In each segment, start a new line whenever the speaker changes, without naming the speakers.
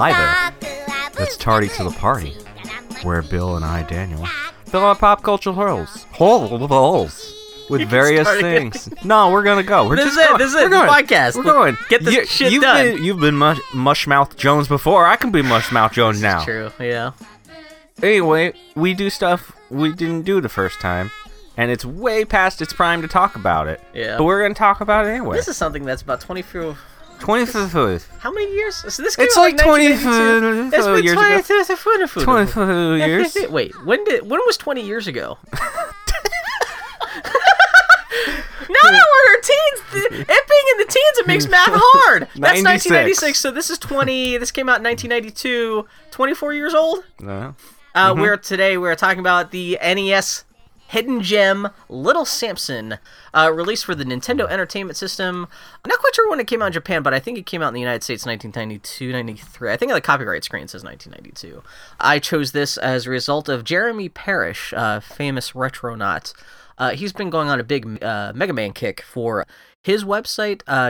Hi there. Let's tardy to the party, where Bill and I, Daniel, fill our pop culture holes, holes, holes with various
start again.
things. No, we're gonna go. We're
This
just
is it.
going.
This is
we're
it.
Going.
Podcast.
We're going.
Get this
You-
shit
you've
done.
Been, you've been mush, Mushmouth Jones before. I can be Mushmouth Jones now.
True. Yeah.
Anyway, we do stuff we didn't do the first time, and it's way past its prime to talk about it.
Yeah.
But we're gonna talk about it anyway.
This is something that's about 24.
Twenty fifth.
How many years? So this
It's
came out
like 20
1982.
f-
It's been
years ago.
20 years ago.
Twenty fifth years.
Wait, when did when was 20 years ago? now that we're teens, th- it being in the teens, it makes math hard. That's 1996,
96.
so this is 20. This came out in 1992. 24 years old.
No.
Uh, We're today we're talking about the NES hidden gem Little Samson, uh, released for the Nintendo Entertainment System. I'm not quite sure when it came out in Japan, but I think it came out in the United States 1992, 93. I think on the copyright screen it says 1992. I chose this as a result of Jeremy Parrish, uh, famous retronaut. Uh, he's been going on a big uh, Mega Man kick for his website, uh,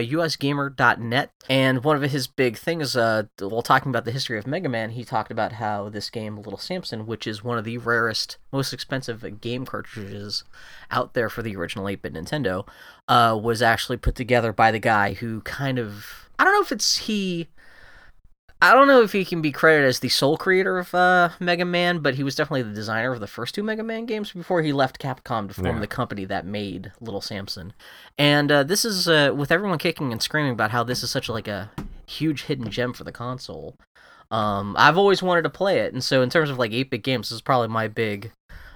usgamer.net. And one of his big things, uh, while talking about the history of Mega Man, he talked about how this game, Little Samson, which is one of the rarest, most expensive game cartridges out there for the original 8 bit Nintendo, uh, was actually put together by the guy who kind of. I don't know if it's he. I don't know if he can be credited as the sole creator of uh, Mega Man, but he was definitely the designer of the first two Mega Man games before he left Capcom to form
Yeah.
the company that made Little Samson. And uh, this is uh, with everyone kicking and screaming about how this is such like a huge hidden gem for the console. Um, I've always wanted to play it, and so in terms of like 8-bit games, this is probably my big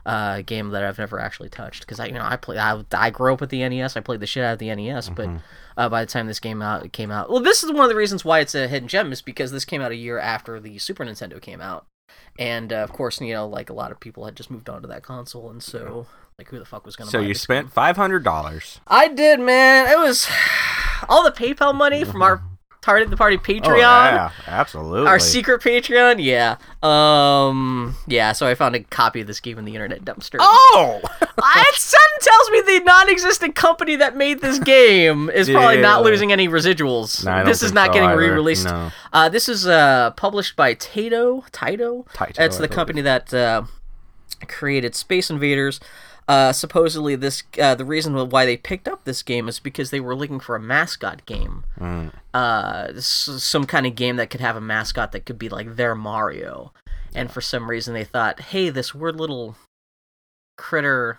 uh, game that I've never actually touched because I you know I play I, I grew up with the NES. I played the shit out of the NES, but uh, by the time this game out came out, well, this is one of the reasons why it's a hidden gem is because this came out a year after the Super Nintendo came out, and uh, of course you know like a lot of people had just moved on to that console, and so like who the fuck was gonna
So
buy
you
this game?
spent five hundred dollars.
I did, man. It was all the PayPal money from our Target the Party Patreon.
Oh, yeah, absolutely.
Our secret Patreon, yeah. Um, yeah. So I found a copy of this game in the internet dumpster.
Oh,
it sudden tells me the non-existent company that made this game is probably not
Yeah.
losing any residuals.
No, I don't
this is
think
not
so
getting
either.
re-released.
No.
Uh, this is uh, published by Taito. Taito.
Taito,
That's
I
the
believe.
company that uh, created Space Invaders. Uh, supposedly, this uh, the reason why they picked up this game is because they were looking for a mascot game
Mm,
uh, s- some kind of game that could have a mascot that could be like their Mario. And for some reason, they thought, hey, this weird little critter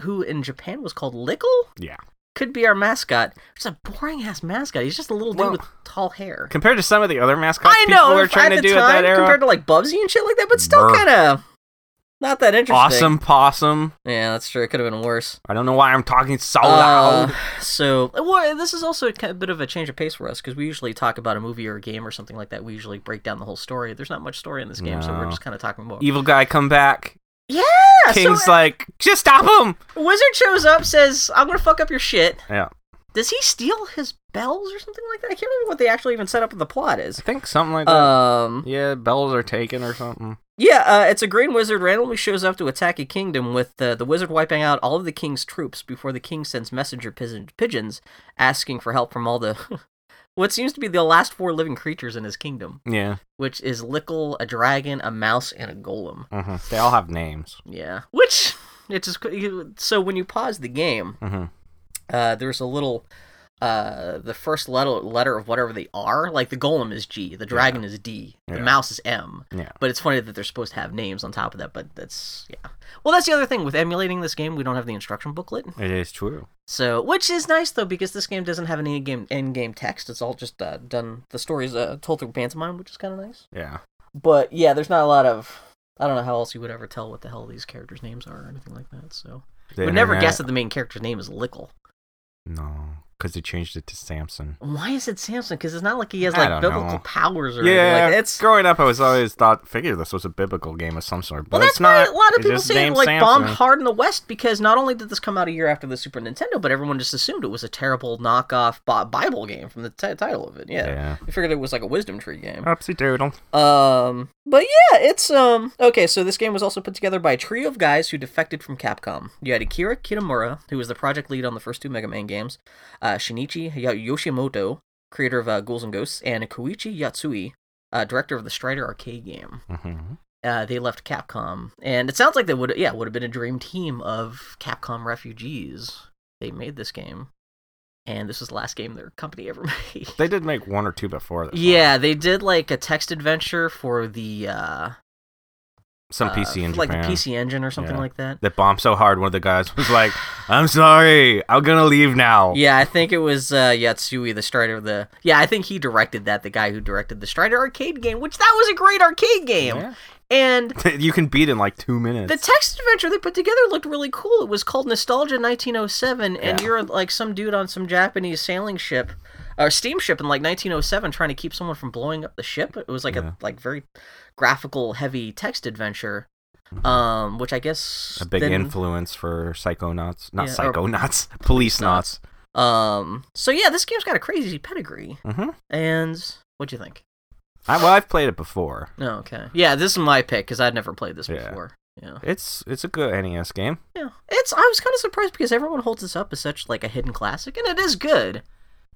who in Japan was called Lickle
yeah.
could be our mascot. It's a boring ass mascot. He's just a little dude
Well,
with tall hair.
Compared to some of the other mascots
I know.
people were
if-
trying
at
to
the
do
time,
at that era,
compared to like Bubsy and shit like that, but still
Brr.
kind of not that interesting.
awesome possum.
Yeah, that's true. It could have been worse.
I don't know why I'm talking so
Uh,
loud.
so, well, this is also a kind of bit of a change of pace for us because we usually talk about a movie or a game or something like that. We usually break down the whole story. There's not much story in this game, so we're
No.
just kind of talking about.
Evil guy come back.
yeah,
King's
so, uh,
like, just stop him.
Wizard shows up, says, "I'm gonna fuck up your shit."
Yeah,
Does he steal his bells or something like that? I can't remember what they actually even set up in the plot
I
is.
think something like that.
Um,
Uh. yeah, bells are taken or something.
Yeah, uh, it's a green wizard randomly shows up to attack a kingdom with uh, the wizard wiping out all of the king's troops before the king sends messenger pigeon- pigeons asking for help from all the what seems to be the last four living creatures in his kingdom,
Yeah,
which is Lickle, a dragon, a mouse, and a golem.
hmm they all have names.
Yeah, which it's just so when you pause the game,
hmm
uh, there's a little uh, the first letter letter of whatever they are. Like the golem is G, the dragon is D, the
Yeah.
mouse is M.
Yeah.
But it's funny that they're supposed to have names on top of that. But that's yeah. Well, that's the other thing with emulating this game. We don't have the instruction booklet,
It is true.
so which is nice though because this game doesn't have any game in game text. It's all just uh, done. The story's uh, told through pantomime, which is kind of nice.
Yeah,
But yeah, there's not a lot of. I don't know how else you would ever tell what the hell these characters' names are or anything like that. So
The
would never
internet-
guess that the main character's name is Lickle.
No, because they changed it to Samson.
Why is it Samson? Because it's not like he has
I
like
don't
biblical
know.
powers or
Yeah,
anything. Like,
it's growing up. I was always thought figure this was a biblical game of some sort, but
Well, that's
it's not.
why a lot of
It's
people
just
say it
named
like bombed
Samson.
hard in the West because not only did this come out a year after the Super Nintendo, but everyone just assumed it was a terrible knockoff Bi- Bible game from the t- title of it. Yeah.
Yeah.
They figured it was like a wisdom tree game.
Upsy doodle.
Um, but yeah, it's um okay. So this game was also put together by a trio of guys who defected from Capcom. You had Akira Kitamura, who was the project lead on the first two Mega Man games, uh, Shinichi Ya- Yoshimoto, creator of uh, Ghouls and Ghosts, and Koichi Yatsui, uh, director of the Strider arcade game
hmm
uh, they left Capcom, and it sounds like they would yeah would have been a dream team of Capcom refugees. They made this game, and this was the last game their company ever made.
They did make one or two before this.
yeah, they did like a text adventure for the uh,
some
uh,
PC in
like
Japan.
the PC Engine or something
Yeah.
like that.
that bombed so hard, one of the guys was like, "I'm sorry, I'm gonna leave now."
Yeah, I think it was uh, Yatsui, the Strider of the. Yeah, I think he directed that. The guy who directed the Strider arcade game, which that was a great arcade game,
Yeah.
and
you can beat in like two minutes.
The text adventure they put together looked really cool. It was called Nostalgia 1907, and
Yeah.
you're like some dude on some Japanese sailing ship or steamship in like 1907 trying to keep someone from blowing up the ship. It was like
Yeah.
a like very graphical, heavy text adventure, um, which I guess
Mm-hmm. a big
then-
influence for psychonauts, not
Yeah, or-
psychonauts, police
knots.
knots.
Um, so yeah, this game's got a crazy pedigree.
hmm
And what'd you think?
I, well, I've played it before.
Oh, okay, yeah, this is my pick because I'd never played this
Yeah.
before. Yeah,
It's it's a good NES game.
Yeah, it's. I was kind of surprised because everyone holds this up as such like a hidden classic, and it is good.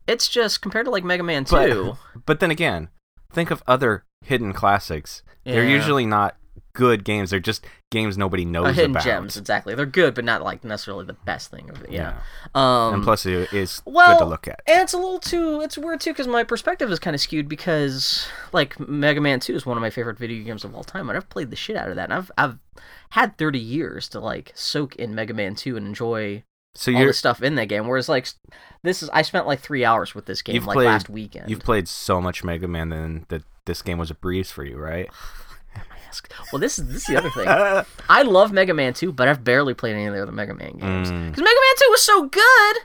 It's just compared to like Mega Man
But-
Two.
But then again, think of other hidden classics. They're
Yeah.
usually not good games. They're just games nobody
Uh,
knows
hidden
about.
gems, exactly. They're good, but not like necessarily the best thing of it. Yeah. Um,
and plus it is
well,
good to look at.
and it's a little too. It's weird too because my perspective is kind of skewed because like Mega Man Two is one of my favorite video games of all time, and I've played the shit out of that. And I've I've had thirty years to like soak in Mega Man Two and enjoy
So
all
you're
the stuff in that game. Whereas like this is I spent like three hours with this game
You've
like
played-
last weekend.
you've played so much Mega Man then that this game was a breeze for you, right?
Well, this is this is the other thing. I love Mega Man 2, but I've barely played any of the other Mega Man games because
Mm.
Mega Man 2 was so good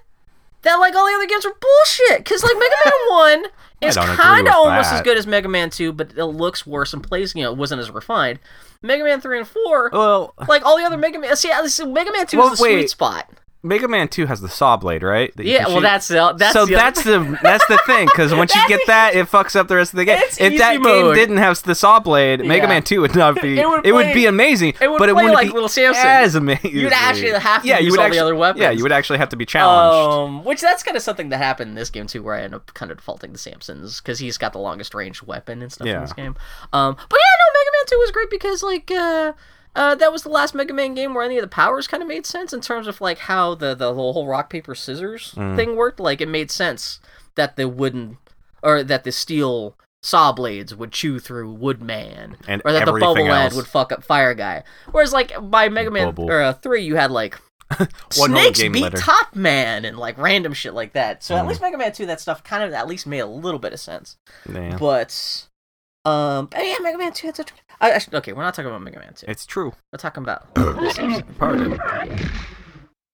that like all the other games were bullshit. Because like Mega Man 1 is
don't agree
kind
with
of almost as
that.
good as Mega Man 2, but it looks worse and plays you know it wasn't as refined. Mega Man 3 and 4,
well,
like all the other Mega Man, see, I- see, Mega Man 2
Well,
is the sweet
wait.
spot.
Mega Man Two has the saw blade, right? That you
Yeah,
can
well
shoot.
that's the that's
so
the other-
that's the that's the thing because once you
That's
get
the-
that, it fucks up the rest of the game.
It's
if that
easy
game
mode.
didn't have the saw blade,
Yeah.
Mega Man Two would not be.
It
It
would
would,
play-
be amazing.
it would
but it
play
wouldn't
like
be
Little Samson.
As amazing.
You'd actually have to
yeah,
use
you would
all the
actually,
other weapons.
Yeah, you would actually have to be challenged.
Um, which that's kind of something that happened in this game too, where I end up kind of defaulting to Samson's because he's got the longest range weapon and stuff in
Yeah.
this game. Um, but yeah, no, Mega Man Two was great because like uh, uh, that was the last Mega Man game where any of the powers kind of made sense in terms of like how the the whole rock paper scissors
Mm.
thing worked. Like it made sense that the wooden or that the steel saw blades would chew through Woodman,
And
or that the
everything
bubble head
else.
would fuck up Fire Guy. Whereas like by Mega Man
Bubble.
or uh, Three, you had like
One whole
Oh, snakes
game
beat
letter. Mm.
Top Man and like random shit like that. So at least Mega Man Two, that stuff kind of at least made a little bit of sense.
Yeah.
But um, but yeah, Mega Man Two. Had such... I, I should- okay, we're not talking about Mega Man Two.
It's true.
We're talking about
Pardon.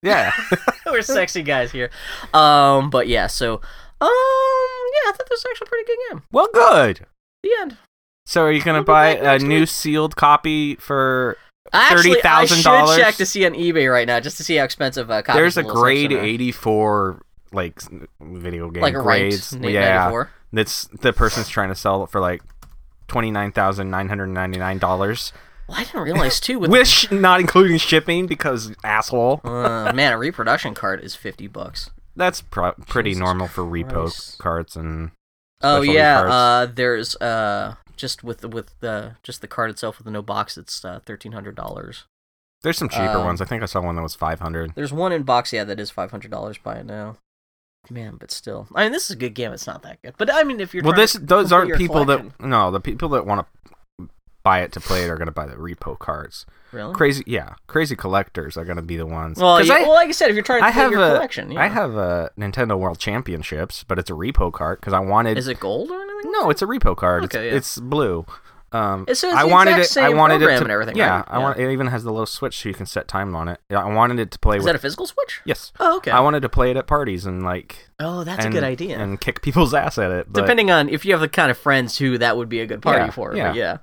Yeah.
we're sexy guys here. Um, but yeah, so um, yeah, I thought this was actually a pretty good game.
well, good.
The end.
So are you gonna
We'll be
buy
back
a
next
new
week.
sealed copy for?
Actually, I should
$30,000?
check to see on eBay right now just to see how expensive uh, copies
There's a
of Little Samson
grade
are.
eighty-four like s- video game
like a
grades.
ranked
yeah.
94.
That's the person's trying to sell it for like twenty nine thousand nine hundred ninety nine dollars,
Well, I didn't realize too with
with sh- not including shipping because asshole.
uh, man, a reproduction card is fifty bucks.
That's pro- pretty
Jesus
normal for repo
Christ.
cards and
Oh
specialty
yeah,
cards.
uh, there's uh, just with the, with the just the card itself with the no box, it's uh, thirteen hundred dollars.
there's some cheaper
Um,
ones. I think I saw one that was five hundred.
There's one in box, yeah, that is five hundred dollars by now. Man, but still, I mean, this is a good game. It's not that good, but I mean, if you're
Well,
trying
this
to
those
complete
aren't
your
people
collection-
that no the people that want to buy it to play it are gonna buy the repo cards.
really
Crazy, yeah, crazy collectors are gonna be the ones.
Well,
'Cause
yeah,
I-
well, like I said, if you're trying to
I
complete
have
your
a-
collection, yeah.
I have a Nintendo World Championships, but it's a repo card because I wanted
Is it gold or anything?
No, it's a repo card. It's-
Okay,
it's,
yeah.
blue. Um,
It's- it's
I
the
wanted
exact
it. I
same
wanted it
program
to,
and everything,
Yeah,
right?
I want. It even has the little switch so you can set time on it. Yeah, I wanted it to play
Is
with.
that a physical switch?
yes.
Oh, okay.
I wanted to play it at parties and like.
oh, that's
and-
a good idea.
And kick people's ass at it. But,
Depending on if you have the kind of friends who that would be a good party
Yeah,
for.
yeah.
But yeah.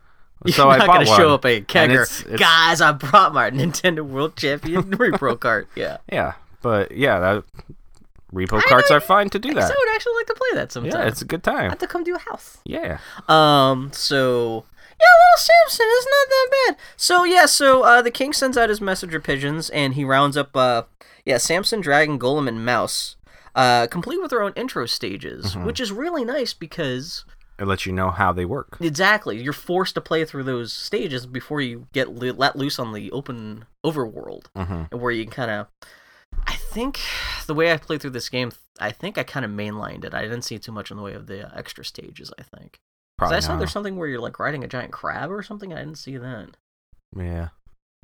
So
You're
I
not
bought
gonna
one,
show up a
and
kegger,
it's- it's-
guys. I brought my Nintendo World Champion repro cart. Yeah,
Yeah, but yeah, that repo carts are fine to do
so I
that.
would actually like to play that sometime.
Yeah, it's a good
I
time.
have to come to a house.
Yeah.
Um, so yeah, Little Samson is not that bad. So yeah, so uh, the king sends out his messenger pigeons, and he rounds up uh, yeah, Samson, Dragon, Golem, and Mouse, uh, complete with their own intro stages,
Mm-hmm.
which is really nice because
It lets you know how they work.
exactly you're forced to play through those stages before you get lo- let loose on the open overworld,
Mhm.
and where you kind of. I think the way I played through this game, I think I kind of mainlined it. I didn't see too much in the way of the uh, extra stages. I think.
Probably.
I saw
not.
there's something where you're like riding a giant crab or something. I didn't see that.
Yeah.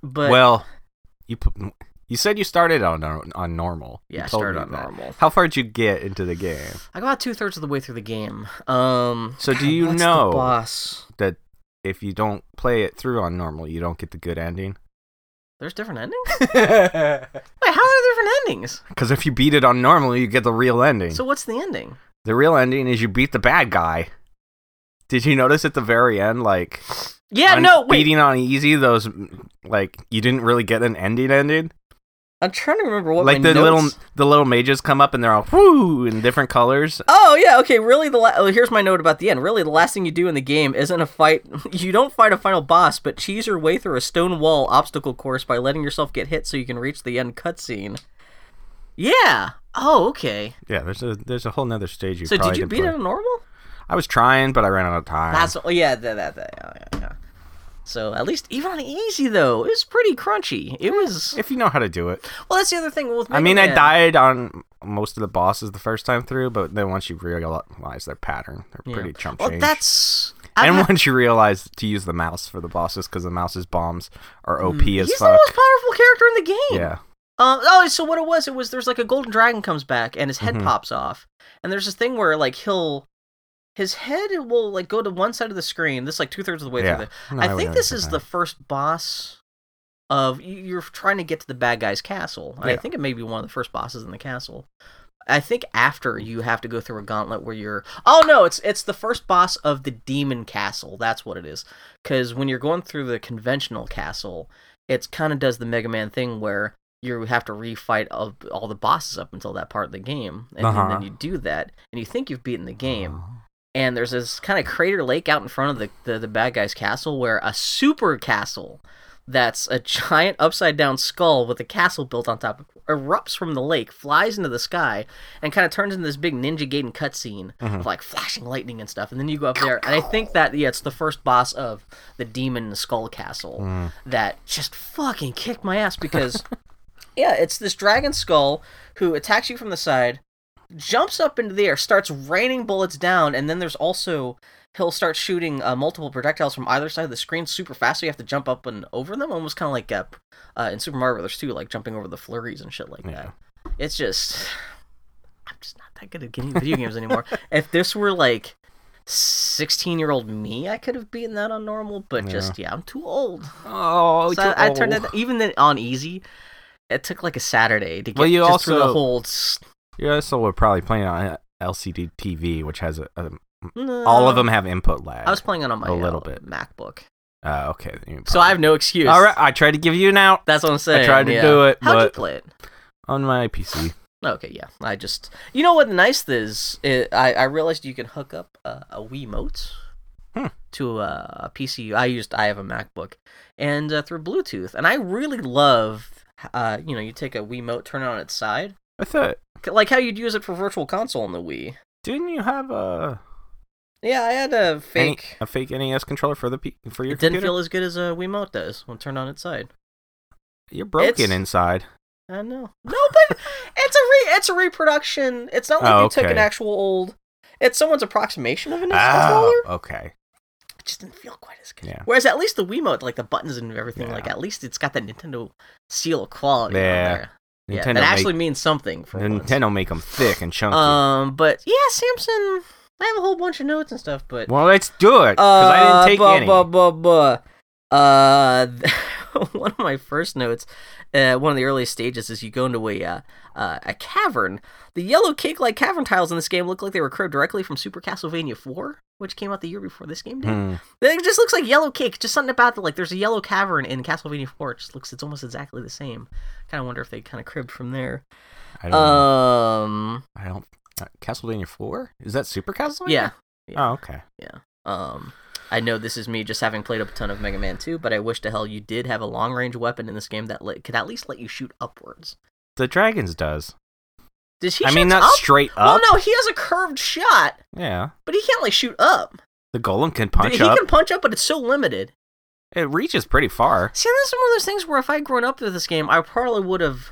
But
well, you pu- you said you started on nor- on normal. You
yeah, I
told
started
me
on
that.
normal.
How far did you get into the game?
I got two thirds of the way through the game. Um,
So do
God,
you
what's the
know-
boss?
That if you don't play it through on normal, you don't get the good ending.
There's different endings.
Because
Wait, how are there different endings?
if you beat it on normal, you get the real ending.
So what's the ending?
the real ending is you beat the bad guy. Did you notice at the very end, like
Yeah,
on
no, wait.
beating on easy, those like you didn't really get an ending ending.
I'm trying to remember what
like
my
the
notes-
little the little mages come up and they're all whoo in different colors.
Oh yeah, okay. Really, the la- oh, here's my note about the end. Really, the last thing you do in the game isn't a fight. You don't fight a final boss, but cheese your way through a stone wall obstacle course by letting yourself get hit so you can reach the end cutscene. Yeah. Oh, okay.
Yeah, there's a there's a whole nother stage. You
So did
probably
you
didn't
beat
play.
it on normal?
I was trying, but I ran out of time.
That's oh yeah, that that, that yeah, yeah, yeah. So at least even on easy though, it was pretty crunchy. It was
if you know how to do it.
well. That's the other thing with Mega
I mean, I
Man.
died on most of the bosses the first time through, but then once you realize their pattern, they're
Yeah.
pretty chump
Well,
change.
that's
and
I'm-
once you realize to use the mouse for the bosses, because the mouse's bombs are OP as
Mm. he's
fuck.
the most powerful character in the game.
yeah,
Uh, oh, so what it was, it was there's like a golden dragon comes back and his head
Mhm.
pops off, and there's this thing where like he'll, his head will like go to one side of the screen. This is, like two thirds of the way
Yeah.
through.
No,
The, I
would
think
never
this
do
is
that.
the first boss of y- you're trying to get to the bad guy's castle, and I
Yeah.
think it may be one of the first bosses in the castle. I think after you have to go through a gauntlet where you're. Oh no, it's it's the first boss of the demon castle. That's what it is. Because when you're going through the conventional castle, it's kind of does the Mega Man thing where you have to refight of all the bosses up until that part of the game, and,
Uh-huh.
then you do that, and you think you've beaten the game,
Oh.
and there's this kind of crater lake out in front of the, the the bad guy's castle where a super castle that's a giant upside down skull with a castle built on top erupts from the lake, flies into the sky, and kind of turns into this big Ninja Gaiden cutscene of like flashing lightning and stuff. And then you go up there, and I think that yeah, it's the first boss of the Demon Skull Castle that just fucking kicked my ass because yeah, it's this dragon skull who attacks you from the side, jumps up into the air, starts raining bullets down, and then there's also he'll start shooting uh, multiple projectiles from either side of the screen super fast, so you have to jump up and over them, almost kind of like uh, uh, in Super Mario Brothers 2, like jumping over the flurries and shit like
Yeah.
that. It's just I'm just not that good at getting video games anymore. If this were like 16 year old me, I could have beaten that on normal, but just yeah, I'm too old.
Oh,
So
too
I, I turned it
old.
even then on easy. It took like a Saturday to get
Well, you
just through the
also-
whole. s-
You also were probably playing on a LCD TV, which has a, a-
No.
all of them have input lag.
Uh, I was playing it on my
A little
uh,
bit.
MacBook,
Uh, okay. then you
so I have no excuse.
All right, I tried to give you an out
that's what I'm saying.
tried to
yeah.
do it,
How'd you
but-
play it?
on my PC.
Okay, yeah. I just, you know what? The nice thing is, it, I I realized you can hook up uh, a Wiimote
Hmm.
to a, a PC. I used, I have a MacBook, and uh, through Bluetooth, and I really love, uh, you know, you take a Wiimote, turn it on its side,
I thought,
like how you'd use it for Virtual Console in the Wii.
didn't you have a
Yeah, I had a
any-
fake.
a fake NES controller for the P- for your
It didn't
computer?
feel as good as a Wiimote does when turned on its side.
You're broken
it's-
inside.
I know. No, but it's a re- it's a reproduction. It's not like
Oh,
you took an
okay.
actual old. It's someone's approximation of an
Oh,
E controller.
okay.
It just didn't feel quite as good.
Yeah.
Whereas at least the Wiimote, like the buttons and everything,
Yeah.
like at least it's got that Nintendo seal of quality. on
Yeah.
there. yeah.
Nintendo
That actually
make,
means something for once. Uh,
Nintendo make them thick and chunky.
Um, but yeah, Samson. I have a whole bunch of notes and stuff, but
Well, let's do it. Because I didn't take
buh,
any.
buh, buh, buh. Uh, one of my first notes, uh, one of the earliest stages is you go into a uh, uh, a cavern. The yellow cake-like cavern tiles in this game look like they were carved directly from Super Castlevania 4, which came out the year before this game did.
Hmm.
It just looks like yellow cake. Just something about the like. There's a yellow cavern in Castlevania 4. It just looks. It's almost exactly the same. Kind of wonder if they kind of cribbed from there.
I don't.
uh,
know.
Um.
I don't. Uh, Castlevania Four is that Super Castlevania?
Yeah.
Oh, okay.
Um, I know this is me just having played a ton of Mega Man 2, but I wish to hell you did have a long range weapon in this game that let, could at least let you shoot upwards.
The dragons does.
Does he?
I mean,
shoots
not
up?
straight
Well,
up.
no, he has a curved shot,
Yeah.
but he can't like shoot up.
The golem can punch
he
up.
can punch up, but it's so limited.
It reaches pretty far.
See, this is one of those things where if I had grown up with this game, I probably would have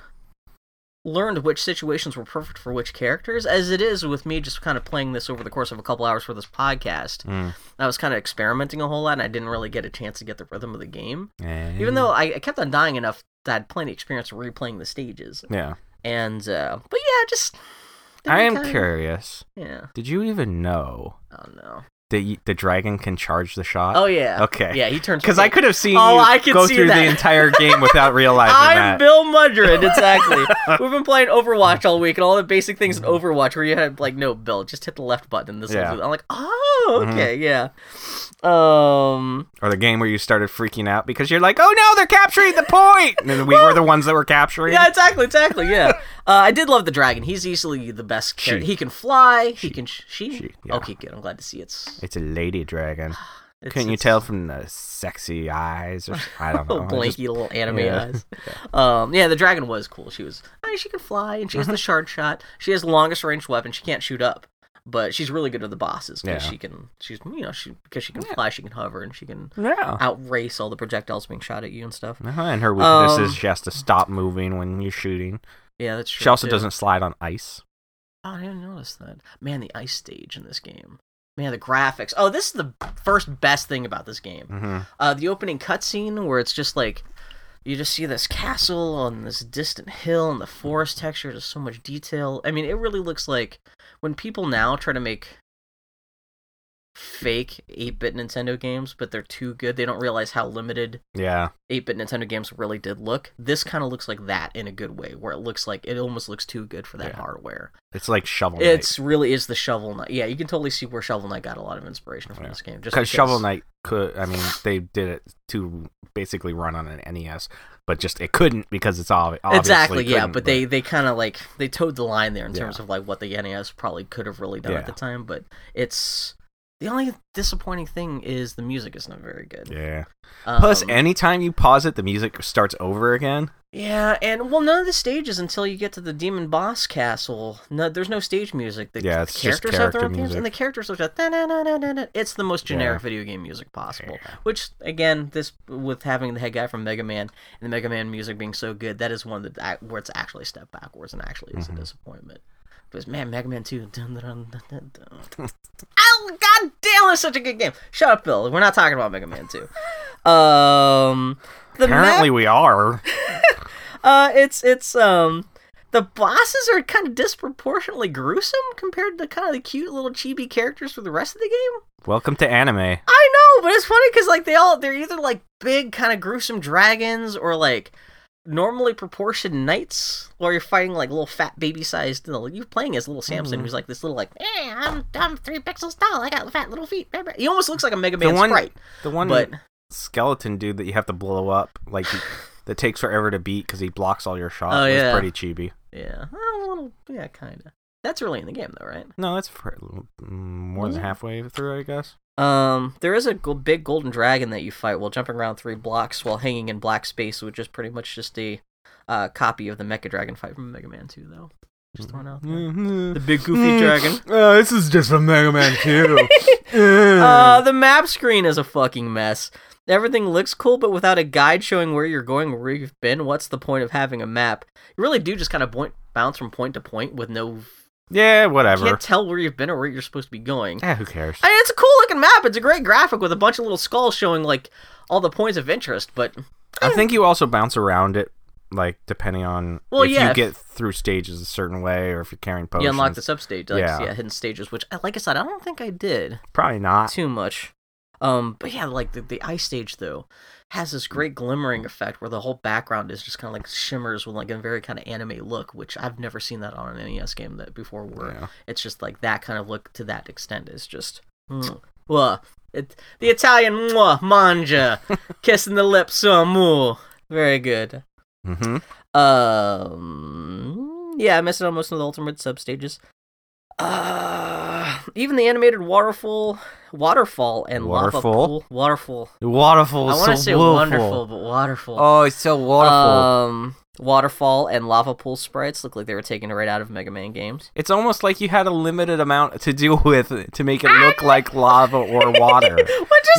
learned which situations were perfect for which characters. As it is with me, just kind of playing this over the course of a couple hours for this podcast,
Mm.
I was kind of experimenting a whole lot, and I didn't really get a chance to get the rhythm of the game.
And-
Even though I, I kept on dying enough, that I had plenty of experience replaying the stages.
Yeah.
And uh, but yeah, just
I am
kinda-
curious.
Yeah.
Did you even know
Oh no.
that y- the dragon can charge the shot?
Oh yeah.
okay.
Yeah, he turns.
Because I could have seen
Oh,
you
I could
go
see
through
that.
the entire game without realizing
I'm
that.
Bill Mudrin, exactly. We've been playing Overwatch all week, and all the basic things in Overwatch where you had like, no, Bill, just hit the left button. This,
Yeah. Mm-hmm.
I'm like, oh, okay, yeah. Um,
or the game where you started freaking out because you're like, "Oh no, they're capturing the point!" And then we were the ones that were capturing.
yeah, exactly, exactly, yeah. Uh, I did love the dragon. He's easily the best. character.
She.
He can fly. He can. Sh- she.
She, yeah.
Okay, good. I'm glad to see it's.
It's a lady dragon.
it's
Couldn't you
it's-
tell from the sexy eyes? Or, I don't know.
little
Oh, I just-
blanky little anime
yeah.
eyes. Um, yeah, the dragon was cool. She was, I mean, she can fly and she has the
Uh-huh.
shard shot. She has the longest range weapon. She can't shoot up, but she's really good with the bosses
Yeah.
because she can. She's you know she because she can
Yeah. Uh-huh.
fly, she can hover, and she can
yeah.
outrace all the projectiles being shot at you and stuff.
Uh-huh, and her weakness
Um,
is she has to stop moving when you're shooting.
Yeah, that's true.
She also
too.
doesn't slide on ice.
Oh, I didn't notice that. Man, the ice stage in this game. Man, the graphics. Oh, this is the first best thing about this game.
hmm
uh, the opening cutscene where it's just like you just see this castle on this distant hill and the forest texture there's so much detail i mean it really looks like when people now try to make fake 8-bit nintendo games but they're too good they don't realize how limited
Yeah.
8-bit nintendo games really did look this kind of looks like that in a good way where it looks like it almost looks too good for that
Yeah.
hardware
It's like Shovel Knight.
it's really is the shovel knight yeah you can totally see where shovel knight got a lot of inspiration from
Yeah.
this game just
Because Shovel
because-
Knight could, I mean, they did it to basically run on an NES, but just it couldn't because it's all obviously
exactly yeah
couldn't,
but they they kind of like they towed the line there in
Yeah.
terms of like what the nes probably could have really done
Yeah.
at the time but it's the only disappointing thing is the music is not very good
yeah.
um,
Plus, anytime you pause it, the music starts over again.
yeah and well none of the stages until you get to the demon boss castle no there's no stage music the,
Yeah,
the
it's just
characters have their
character
own themes
music.
and the characters are just da-na-na-na-na-na. it's the most generic
Yeah.
video game music possible
Yeah.
which again this with having the head guy from mega man and the mega man music being so good that is one of the I- where it's actually a step backwards and actually is
Mhm.
a disappointment because man mega man 2 dun, dun, dun, dun, dun. oh god damn it's such a good game shut up bill we're not talking about mega man 2 um the map
Apparently, we are.
uh, it's it's um the bosses are kind of disproportionately gruesome compared to kind of the cute little chibi characters for the rest of the game.
Welcome to anime.
I know, but it's funny because like they all they're either like big kind of gruesome dragons or like normally proportioned knights, or you're fighting like little fat baby sized. You know, you're playing as little Samson,
Mhm.
who's like this little like, hey, I'm I'm three pixels tall, I got fat little feet. Remember? He almost looks like a Mega
The
Man
one-
sprite,
The one
but
skeleton dude that you have to blow up, like he- that takes forever to beat because he blocks all your shots.
Oh,
was
yeah.
pretty chibi.
yeah, a little yeah, kind of. That's early in the game though, right?
No, that's fr- mm, more than
Yeah.
halfway through, I guess.
Um, there is a go- big golden dragon that you fight while jumping around three blocks while hanging in black space, which is pretty much just a uh, copy of the Mecha Dragon fight from Mega Man 2, though. Just throwing out
Mm.
there. The big goofy dragon.
Mm-hmm. Oh, this is just from Mega Man Mm. 2.
Uh, the map screen is a fucking mess. Everything looks cool, but without a guide showing where you're going or where you've been, what's the point of having a map? You really do just kind of point, bounce from point to point with no.
yeah, whatever.
Can't tell where you've been or where you're supposed to be going.
Eh, who cares?
I mean, it's a cool looking map. It's a great graphic with a bunch of little skulls showing like all the points of interest, but
I think you also bounce around it like depending on
Well,
if
yeah,
you
if-
get through stages a certain way or if you're carrying potions.
You unlock the substage, like, yeah.
Yeah.
hidden stages, which, I- like I said, I don't think I did
Probably not.
too much. Um, but yeah, like the, the ice stage though has this great glimmering effect where the whole background is just kind of like shimmers with like a very kind of anime look, which I've never seen that on an NES game that before. Where
Yeah.
it's just like that kind of look to that extent is just, mm, well, it, the Italian mwah, manja, kissing the lips some more. Very good.
Mm-hmm.
Um, yeah, I missed it on most of the ultimate substages. Uh, even the animated waterfall, waterfall and lava
Waterfall?
pool, waterfall.
The waterfall
I
is
want to
so
say
beautiful.
wonderful, but waterfall.
Oh, it's so waterful.
Um, waterfall and lava pool sprites look like they were taken right out of Mega Man games.
it's almost like you had a limited amount to do with to make it look like lava or water.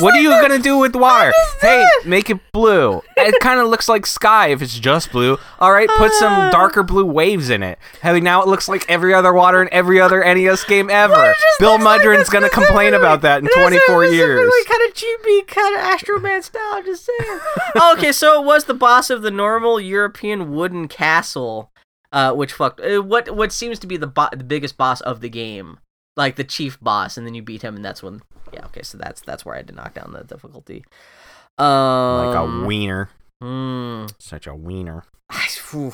what are you gonna do with water? Hey, make it blue. It kind of looks like sky if it's just blue. All right, put some darker blue waves in it. Hey, now it looks like every other water in every other NES game ever. Bill Mudrin's gonna complain about that in 24 years.
Kind of GB, kind of Astroman style. Just saying. Oh, okay, so it was the boss of the normal European wooden castle, uh, which fucked uh, what what seems to be the bo- the biggest boss of the game, like the chief boss, and then you beat him, and that's when. Yeah, okay, so that's that's where I had to knock down the difficulty. Um,
Like a wiener,
mm,
such a wiener.
I- phew.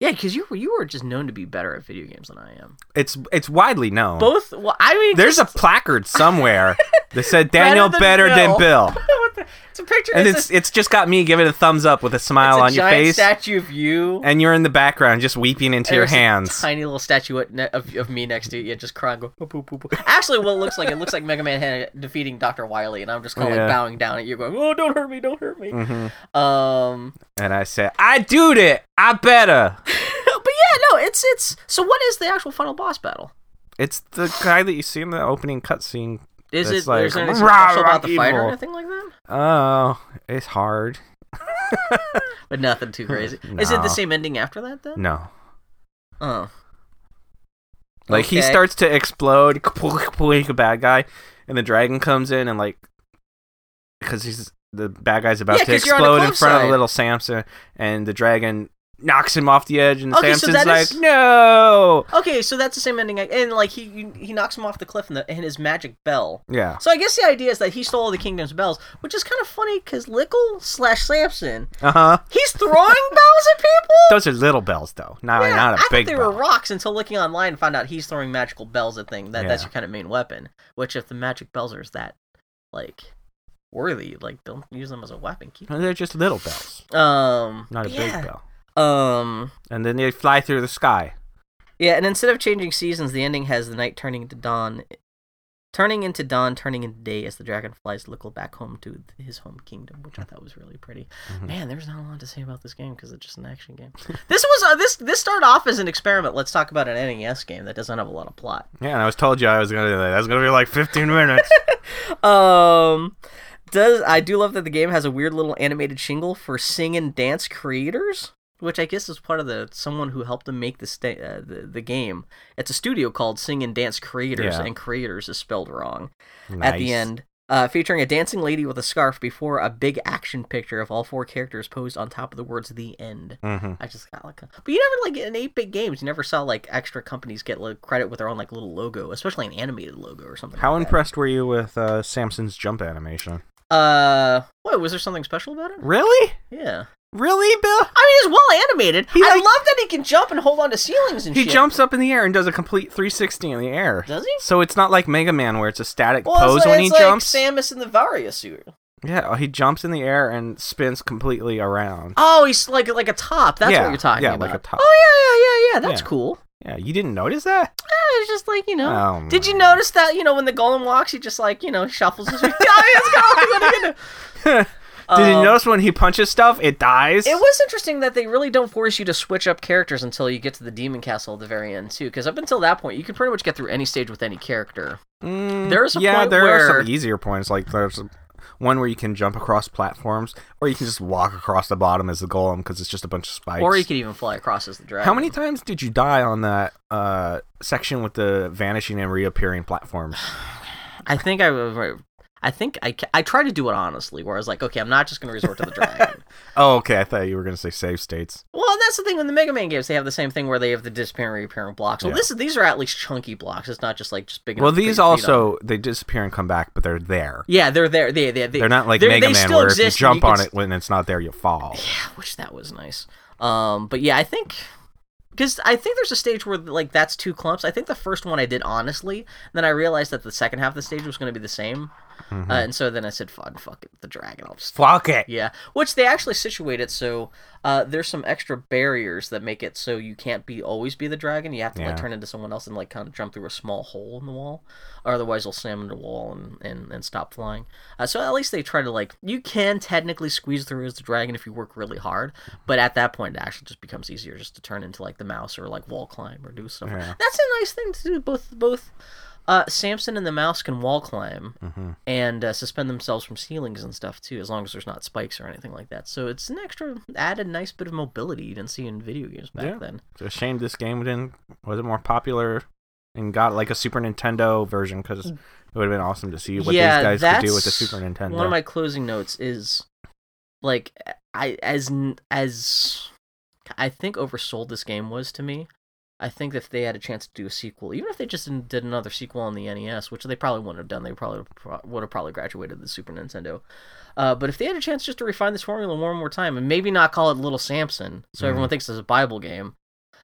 yeah, because you were- you were just known to be better at video games than I am.
It's it's widely known.
Both, well, I mean,
There's a placard somewhere that said Daniel better than Bill.
What the- it's a picture.
And
it's a-
it's it's just got me giving a thumbs up with a
It's
smile
a
on your
giant
face,
statue of you.
and you're in the background just weeping into your
There's a
hands.
tiny little statuette ne- of, of me next to you, just crying. Go, "Poo, poo, poo, poo." Actually, what it looks like, it looks like Mega Man had- defeating Dr. Wily, and I'm just kind of
Yeah.
like bowing down at you, going, "Oh, don't hurt me, don't hurt me."
Mhm.
Um,
And I said, I did it. I better.
but yeah, no, it's it's. So, what is the actual final boss battle?
It's the guy that you see in the opening cutscene.
Is
It's
it? Like, there's
like,
anything
"Rah,
special
rah,
about the fight or
evil."
anything like that?
Oh, it's hard.
But nothing too crazy. Is it
No.
the same ending after that then?
No.
Oh,
Like he
Okay.
starts to explode, a bad guy, and the dragon comes in and like, because he's the bad guy's about
Yeah,
to
'cause you're on the
explode in
club
front of
side.
little Samson, and the dragon knocks him off the edge, and
Okay, so
Samson's
that
like,
is-
no.
Oh. okay, so that's the same ending, I- and like he you- he knocks him off the cliff in, the, in his magic bell.
Yeah.
So I guess the idea is that he stole all the kingdom's bells, which is kind of funny because Lickle slash Samson,
Uh huh.
he's throwing bells at people.
Those are little bells though, not
Yeah,
not a
I
big
thought they
bell.
were rocks until looking online and found out he's throwing magical bells at things. That that's
Yeah.
your kind of main weapon. Which if the magic bells are that like worthy, like don't use them as a weapon. Keep
They're just little bells,
um
not a
yeah.
big bell.
Um
And then they fly through the sky.
yeah, and instead of changing seasons, the ending has the night turning into dawn, turning into dawn, turning into day as the dragon flies Lickle back home to his home kingdom, which I thought was really pretty.
Mhm.
Man, there's not a lot to say about this game because it's just an action game. this was uh, this this started off as an experiment. Let's talk about an NES game that doesn't have a lot of plot.
Yeah, and I was told you I was gonna do that. That's gonna be like 15 minutes.
Um, does I do love that the game has a weird little animated shingle for sing and dance creators, which I guess is part of the someone who helped them make the sta- uh, the, the game. It's a studio called Sing and Dance Creators,
Yeah.
and creators is spelled wrong at
Nice.
the end. Uh, featuring a dancing lady with a scarf before a big action picture of all four characters posed on top of the words "the end."
Mhm.
I just got like, a- but you never like in eight bit games, you never saw like extra companies get like credit with their own like little logo, especially an animated logo or something.
How
like that.
impressed were you with uh, Samson's jump animation?
Uh, what was there something special about it?
Really?
Yeah,
Really, Bill?
I mean, it's well animated.
He,
I
like-
love that he can jump and hold on to ceilings and
He
shit.
jumps up in the air and does a complete 360 in the air.
does he?
So it's not like Mega Man where it's a static
Well,
pose
it's like,
when he
it's like
jumps.
Samus in the Varia suit.
yeah, he jumps in the air and spins completely around.
Oh, he's like like a top. That's
Yeah,
what you're talking
yeah,
about.
like a top.
Oh yeah, yeah, yeah, yeah. That's
Yeah.
cool.
Yeah, you didn't notice that?
Yeah, it's just like you know.
Um,
Did you notice that you know when the golem walks, he just like you know shuffles his feet. Oh, I mean, it's kinda-
Did you
Um,
notice when he punches stuff, it dies?
It was interesting that they really don't force you to switch up characters until you get to the demon castle at the very end too, because up until that point, you can pretty much get through any stage with any character.
Mm,
There is a
yeah,
point
there are
where-
some easier points. Like there's one where you can jump across platforms, or you can just walk across the bottom as the golem because it's just a bunch of spikes.
Or you could even fly across as the dragon.
How many times did you die on that uh, section with the vanishing and reappearing platforms?
I think I, I think I, ca- I tried to do it honestly, where I was like, okay, I'm not just gonna resort to the dragon.
Oh, okay. I thought you were gonna say save states.
Well, that's the thing with the Mega Man games; they have the same thing where they have the disappearing, and reappearing blocks. Well,
Yeah.
this is these are at least chunky blocks. It's not just like just big.
Well,
enough to put
these
your feet on.
also they disappear and come back, but they're there.
Yeah, they're there. They, they, they,
They're not like
they're-
Mega
they
Man
still
where if you
exist and
jump
can
on
s-
it when it's not there, you fall.
Yeah, I wish that was nice. Um, but yeah, I think because I think there's a stage where like that's two clumps. I think the first one I did honestly, and then I realized that the second half of the stage was going to be the same,
Mm-hmm.
uh, and so then I said, "Fun, fuck it, the dragon." I'll just
Fuck it.
yeah, which they actually situate it so uh, there's some extra barriers that make it so you can't be always be the dragon. You have to
Yeah.
like turn into someone else and like kind of jump through a small hole in the wall, or otherwise you'll slam into the wall and, and, and stop flying. Uh, so at least they try to like you can technically squeeze through as the dragon if you work really hard, but at that point it actually just becomes easier just to turn into like the mouse or like wall climb or do stuff.
Yeah.
That's a nice thing to do. Both both. Uh, Samson and the mouse can wall climb,
hmm
and uh, suspend themselves from ceilings and stuff too, as long as there's not spikes or anything like that. So it's an extra added nice bit of mobility you didn't see in video games back
Yeah.
then.
It's a shame this game didn't wasn't more popular and got like a Super Nintendo version because it would have been awesome to see what
Mm. Yeah,
these guys could do with the
that's
Super Nintendo.
One of my closing notes is like I as n- as I think oversold this game was to me. I think if they had a chance to do a sequel, even if they just didn't- did another sequel on the NES, which they probably wouldn't have done, they probably pro- would have probably graduated the Super Nintendo. Uh, but if they had a chance just to refine this formula one more time and maybe not call it Little Samson,
Mm-hmm.
so everyone thinks it's a Bible game,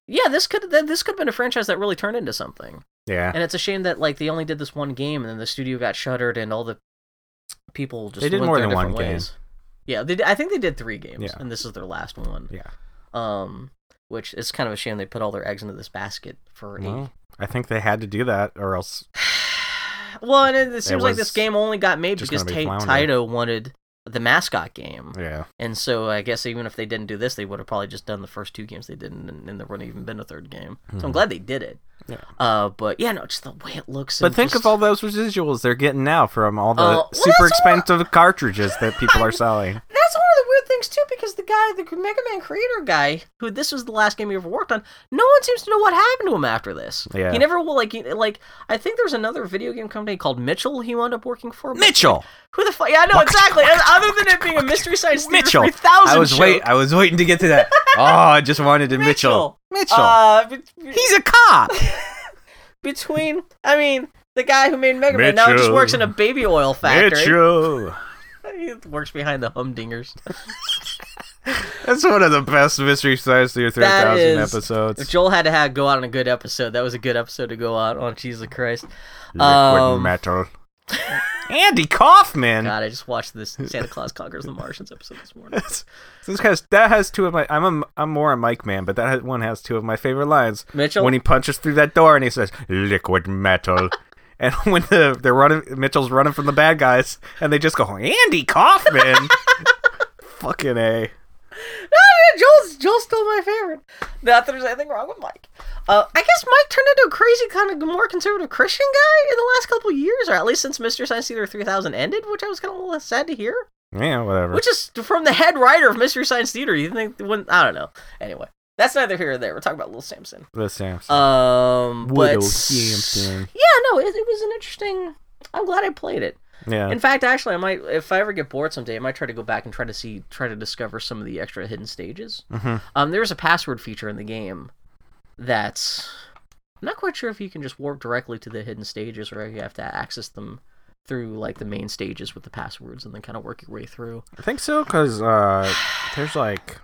yeah, this could th- this could have been a franchise that really turned into something.
yeah,
And it's a shame that like they only did this one game, and then the studio got shuttered, and all the people just
They did
went
more
their
than one
different
game.
ways. Yeah, they, did- I think they did three games,
Yeah.
and this is their last one.
yeah.
Um, which is kind of a shame they put all their eggs into this basket for well,
Well, I think they had to do that, or else
Well, and it, it seems like this
was
game only got made
just
because
gonna be
Ta-
floundering.
Taito wanted the mascot game,
yeah,
and so I guess even if they didn't do this, they would have probably just done the first two games they did, and, and there wouldn't even been a third game. So I'm
Mhm.
glad they did it.
Yeah.
Uh, but yeah, no, just the way it looks.
But
and
think
just-
of all those residuals they're getting now from all the
Uh, well,
super
that's all-
expensive cartridges that people are selling.
That's one of the weird things too, because the guy, the Mega Man creator guy, who this was the last game he ever worked on, no one seems to know what happened to him after this.
Yeah.
He never will like he- like I think there's another video game company called Mitchell he wound up working for. but-
Mitchell,
Who the fuck? Yeah, I know exactly. And Other than it being a mystery science Theater
Mitchell.
3000
I was
joke.
wait, I was waiting to get to that. oh, I just wanted to Mitchell. Mitchell.
Uh, be- be-
He's a cop.
between I mean the guy who made Mega Man now just
Mitchell.
works in a baby oil factory.
Mitchell.
He works behind the humdingers.
That's one of the best mystery science theater
That
3000
is- If
episodes.
Joel had to have go out on a good episode. That was a good episode to go out on. Jesus Christ.
Liquid
um,
metal. Andy Kaufman.
God, I just watched this Santa Claus Conquers the Martians episode this morning.
That's- so this has that has two of my I'm a, I'm more a Mike man, but that has, one has two of my favorite lines.
Mitchell?
when he punches through that door and he says liquid metal, and when the they're running, Mitchell's running from the bad guys, and they just go Andy Kaufman. Fucking a.
Yeah, Joel's, Joel's still my favorite. Not that there's anything wrong with Mike. Uh, I guess Mike turned into a crazy kind of more conservative Christian guy in the last couple years, or at least since Mr. Science Theater 3000 ended, which I was kind of a little sad to hear.
Yeah, whatever.
Which is from the head writer of Mystery Science Theater. You think they wouldn't? I don't know. Anyway, that's neither here nor there. We're talking about Little Samson.
the Samson.
Um,
Widow
but-
Samson.
Yeah, no, it, it was an interesting. I'm glad I played it.
yeah.
In fact, actually, I might if I ever get bored someday, I might try to go back and try to see, try to discover some of the extra hidden stages.
Mhm.
Um, there's a password feature in the game that's I'm not quite sure if you can just warp directly to the hidden stages or if you have to access them through like the main stages with the passwords and then kind of work your way through.
I think so because uh, there's like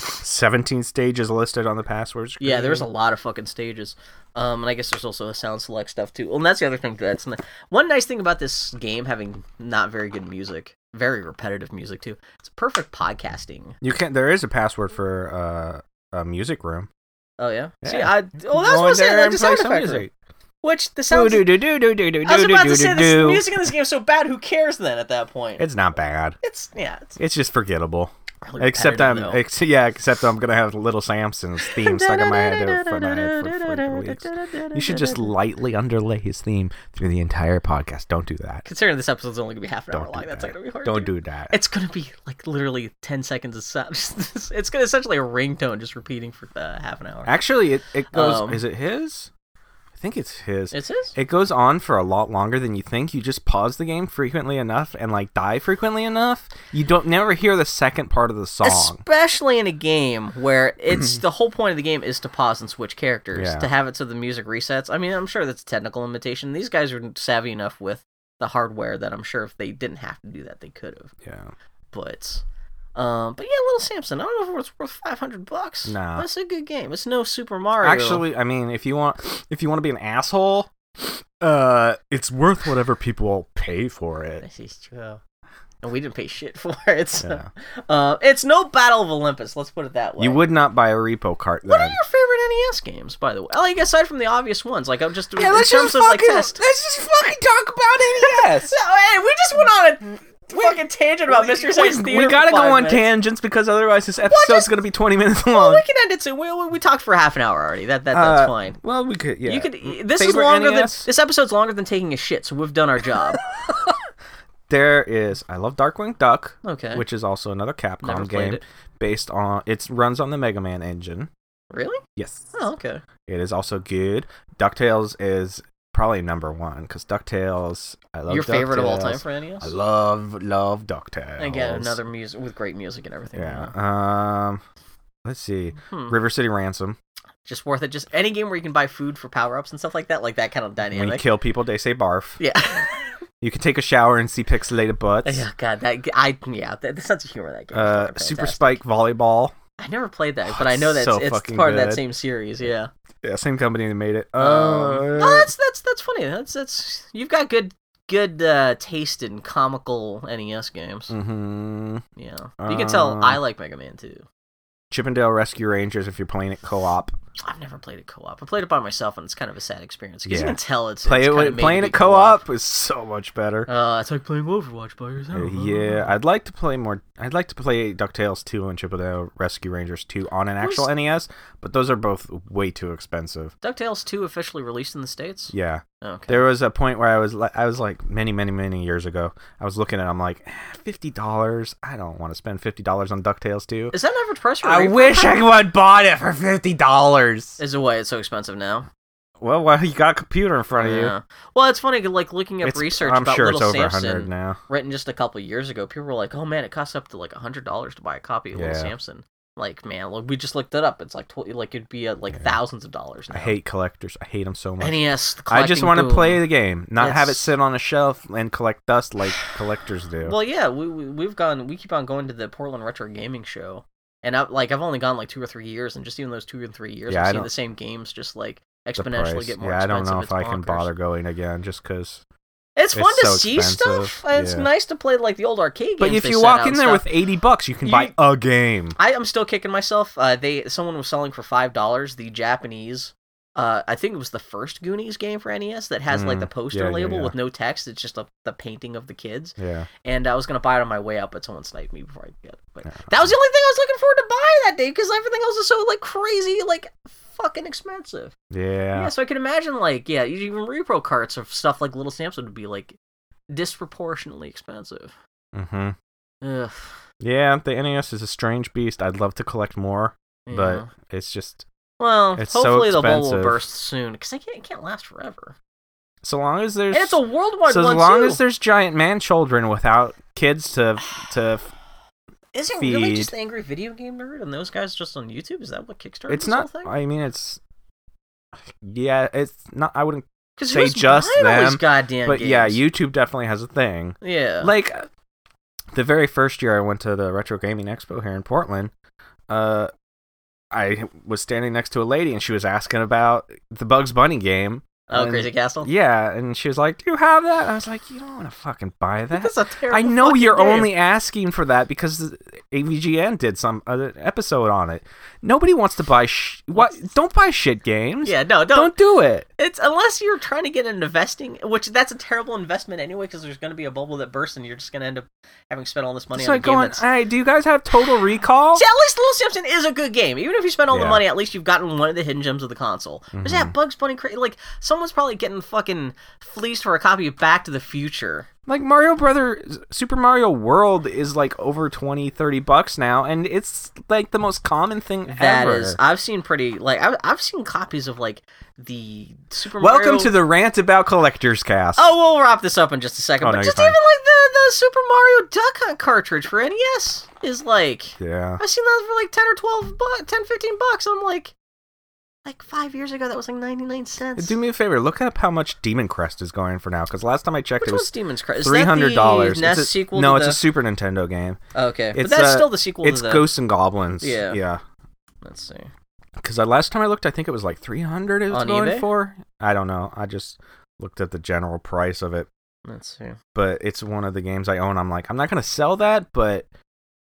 17 stages listed on the password screen.
Yeah, there's a lot of fucking stages. Um, and I guess there's also a sound select stuff too. Well, and that's the other thing that's ni- one nice thing about this game having not very good music, very repetitive music too. It's perfect podcasting.
You can. There is a password for uh, a music room.
Oh yeah. See,
Yeah.
I well that's what I'm saying. Like the sound effect room, which the sound.
do do do do do do
I was about to say this, the
do.
music in this game is so bad. Who cares then? At that point,
It's not bad.
it's yeah. It's
It's just forgettable.
really
Except I'm,
repetitive, though.
ex- yeah. Except I'm gonna have Little Samson's theme stuck in my head for my head for freaking weeks. You should just lightly underlay his theme through the entire podcast. Don't do that.
Considering this episode's only gonna be half an hour
Don't
long,
do
that's
that.
not gonna be hard.
Don't
to-
do that.
It's gonna be like literally ten seconds of sound. it's gonna essentially a ringtone just repeating for uh, half an hour.
Actually, it, it goes.
Um,
is it his? I think it's his.
It's his?
It goes on for a lot longer than you think. You just pause the game frequently enough and like die frequently enough. You don't never hear the second part of the song.
Especially in a game where it's the whole point of the game is to pause and switch characters
Yeah.
to have it so the music resets. I mean, I'm sure that's a technical limitation. These guys are savvy enough with the hardware that I'm sure if they didn't have to do that, they could have.
yeah.
But, um, but yeah, Little Samson. I don't know if it's worth 500 bucks.
Nah.
but it's a good game. It's no Super Mario.
Actually, I mean, if you want, if you want to be an asshole, uh, it's worth whatever people pay for it.
this is true. And we didn't pay shit for it.
Yeah.
So. Uh, it's no Battle of Olympus. Let's put it that way.
You would not buy a repo cart
What are
then.
your favorite NES games, by the way? Like aside from the obvious ones, like I'm just
Yeah,
in
let's
terms
just
of like
fucking
test.
let's just fucking talk about NES.
So, hey, we just went on a fucking tangent about Mystery Science
we,
Theater.
we
for
gotta go
five
on
minutes.
tangents because otherwise this episode's
just-
gonna be twenty minutes
Well,
long.
we can end it soon. We, we, we talked for half an hour already. That, that that's
Uh,
fine.
Well, we could. Yeah.
You could. e-, This is
Favorite E
longer
NES?
than this episode's longer than taking a shit. So we've done our job.
There is. I love Darkwing Duck.
Okay.
Which is also another Capcom
Never played
game
it.
based on. It runs on the Mega Man engine.
really?
Yes.
Oh, okay.
It is also good. Ducktales is probably number one because Ducktales. I love
Your favorite of all
DuckTales.
time for
I
NES?
love love Ducktales.
Again, another music with great music and everything.
Yeah. Um. Let's see.
Hmm.
River City Ransom.
Just worth it. Just any game where you can buy food for power ups and stuff like that. Like that kind of
When you
dynamic.
kill people, they say barf.
Yeah.
You can take a shower and see pixelated butts.
Yeah, God, that I yeah, that, the sense of humor of that game. is
Uh,
fucking
Super
fantastic.
Spike Volleyball.
I never played that,
Oh,
but I know
it's
that
so
it's, it's
fucking
part of that
good.
same series. Yeah.
Yeah, same company that made it. Uh,
Um, oh, that's that's that's funny. That's that's you've got good good uh, taste in comical NES games.
hmm
Yeah, you can tell
Um,
I like Mega Man too.
Chippendale Rescue Rangers if you're playing it co-op.
I've never played it co-op. I played it by myself, and it's kind of a sad experience because
Yeah.
you can tell it's
Play
it's
it
kinda
with,
made to
playing
be
it co-op is so much better.
Uh, it's like playing Overwatch by yourself.
Uh, yeah, I'd like to play more. I'd like to play Ducktales 2 and Chippendale Rescue Rangers 2 on an actual
Who's-
NES, but those are both way too expensive.
Ducktales two officially released in the states. Oh,
Yeah,
Okay.
there was a point where I was li- I was like many many many years ago. I was looking at I'm like "Eh, fifty dollars. I don't want to spend fifty dollars on Ducktales 2.
Is that an average price for a
I
refund?
wish I would have bought it for fifty dollars.
Is the way it's so expensive now.
Well, well, you got a computer in front of you.
Yeah. Well, it's funny, like looking up
It's-
research
I'm
about
sure
Little
it's over a hundred
Samson,
now.
written just a couple years ago. People were like, "Oh man, it costs up to like hundred dollars to buy a copy of Little
Yeah.
Samson." Like, man, look, we just looked it up. It's like tw- like it'd be uh, like thousands of dollars. Now.
I hate collectors. I hate them so much.
NES. the
I just
collecting
want to
boom.
play the game, not have it
It's-
sit on a shelf and collect dust like collectors do.
Well, yeah, we, we we've gone. We keep on going to the Portland Retro Gaming Show, and I like I've only gone like two or three years, and just even those two and three years,
Yeah,
I've
I
seen
don't-
the same games just like
The
exponentially
price.
get more
yeah, I
expensive.
don't know if
It's
I can
bonkers.
bother going again just because.
It's fun
It's
to
so
see stuff.
expensive,
It's
yeah.
nice to play like the old arcade games.
But if
they
you
sent
walk
out
in
and
there
stuff.
with eighty bucks, you can buy
You-
a game.
I am still kicking myself. Uh, they someone was selling for five dollars the Japanese. Uh, I think it was the first Goonies game for NES that has like
Mm,
the poster
yeah, yeah,
label
yeah.
with no text. It's just a, the painting of the kids.
Yeah,
And I was gonna buy it on my way up, but someone sniped me before I could get it. But that was the only thing I was looking forward to buying that day because everything else is so like crazy, like fucking expensive. Yeah.
yeah.
so I can imagine like yeah, even repro carts of stuff like Little Samson would be like disproportionately expensive.
Mm-hmm.
Ugh.
Yeah, the NES is a strange beast. I'd love to collect more,
yeah.
but it's just
Well,
It's so
hopefully the bubble will
expensive.
burst soon because it can't, it can't last forever.
so long as there's
And it's a worldwide
so as
one
long
too.
as there's giant man children without kids to to
Is it really
feed-
just the angry video game nerd and those guys just on YouTube? Is that what Kickstarter?
it's
this
not
whole thing?
i mean it's yeah it's not i wouldn't
'Cause
say
who's
just
buying all these
them,
goddamn
but yeah
games?
youtube definitely has a thing
yeah.
like the very first year i went to the retro gaming expo here in portland uh i was standing next to a lady and she was asking about the bugs bunny game
oh,
and-
Crazy Castle.
yeah and she was like do you have that i was like you don't want to fucking buy that
That's a terrible.
I know
fucking
you're
game.
only asking for that because AVGN did some other episode on it. Nobody wants to buy sh- what don't buy shit games.
Yeah, no,
Don't
don't.
do it.
It's unless you're trying to get an investing, which that's a terrible investment anyway, because there's going to be a bubble that bursts, and you're just going to end up having spent all this money
It's
on a
like
game
going,
that's
"All right, do you guys have Total Recall?
See, at least Little Simpson is a good game. Even if you spend all the
Yeah. Mm-hmm.
money, at least you've gotten one of the hidden gems of the console. There's that Bugs Bunny cra Like some someone's probably getting fucking fleeced for a copy of Back to the Future.
Like Mario Brother Super Mario World is like over 20, 30 bucks now, and it's like the most common thing
That
ever.
is- I've seen pretty like I've, I've seen copies of like the Super
Welcome
Mario.
to the rant about collectors cast.
Oh, we'll wrap this up in just a second.
Oh,
but
no,
just
you're
even
fine.
like the the Super Mario Duck Hunt cartridge for NES is like
yeah.
I've seen that for like 10 or 12 bucks, 10, 15 bucks. And I'm like, like five years ago, that was like 99 cents.
Do me a favor, look up how much Demon Crest is going for now, because last time I checked,
Which
it
one's
was
Demon's Crest? Is that the
three hundred dollars.
NES sequel
no,
to
it's
the...
a Super Nintendo game.
Oh, okay. But
it's,
that's
uh,
still the sequel
It's
to the...
Ghosts and Goblins.
Yeah.
yeah.
Let's see.
Because I, last time I looked, I think it was like three hundred. It was
On
going
eBay?
for. I don't know. I just looked at the general price of it,
Let's see.
but it's one of the games I own. I'm like, I'm not gonna sell that, but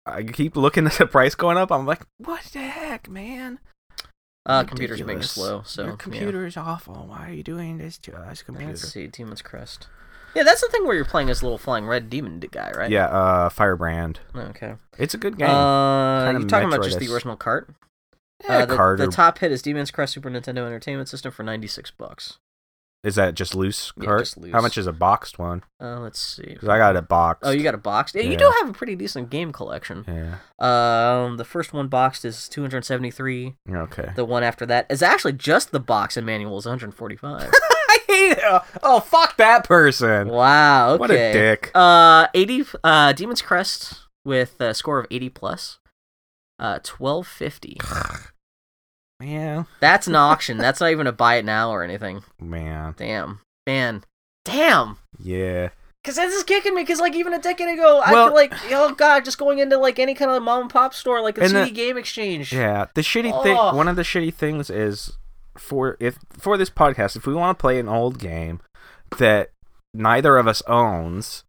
I keep looking at the price going up. I'm like, what the heck, man?
Uh, computer's being
Ridiculous.
slow, so...
Your
yeah.
computer is awful. Why are you doing this to us, computer?
Let's see. Demon's Crest. Yeah, that's the thing where you're playing as little flying red demon d- guy, right?
Yeah, uh, Firebrand.
Okay.
It's a good game.
Uh,
Kinda
you talking about just the
Metroid-ish.
original cart?
Yeah,
uh, the,
card
the
or-
top hit is Demon's Crest Super Nintendo Entertainment System for 96 bucks.
Is that just loose
Yeah,
cart?
just
How
loose.
much is a boxed one?
Uh, let's see.
Because I got it boxed.
Oh, you got a box? Yeah, you
Yeah.
do have a pretty decent game collection.
Yeah.
Um, the first one boxed is 273.
Okay.
The one after that is actually just the box and manual is 145.
I hate it. Oh, fuck that person.
wow. Okay.
What a dick.
Uh, 80. Uh, Demon's Crest with a score of 80 plus. Uh, 1250.
Yeah.
That's an auction. That's not even a buy it now or anything.
Man.
Damn, man, damn.
Yeah.
Cause this is kicking me. Cause like even a decade ago, I
Well-
feel like oh god, just going into like any kind of mom and pop store, like a
And
CD
the-
game exchange.
Yeah. The shitty thing.
Ugh.
One of the shitty things is for if for this podcast, if we want to play an old game that neither of us owns,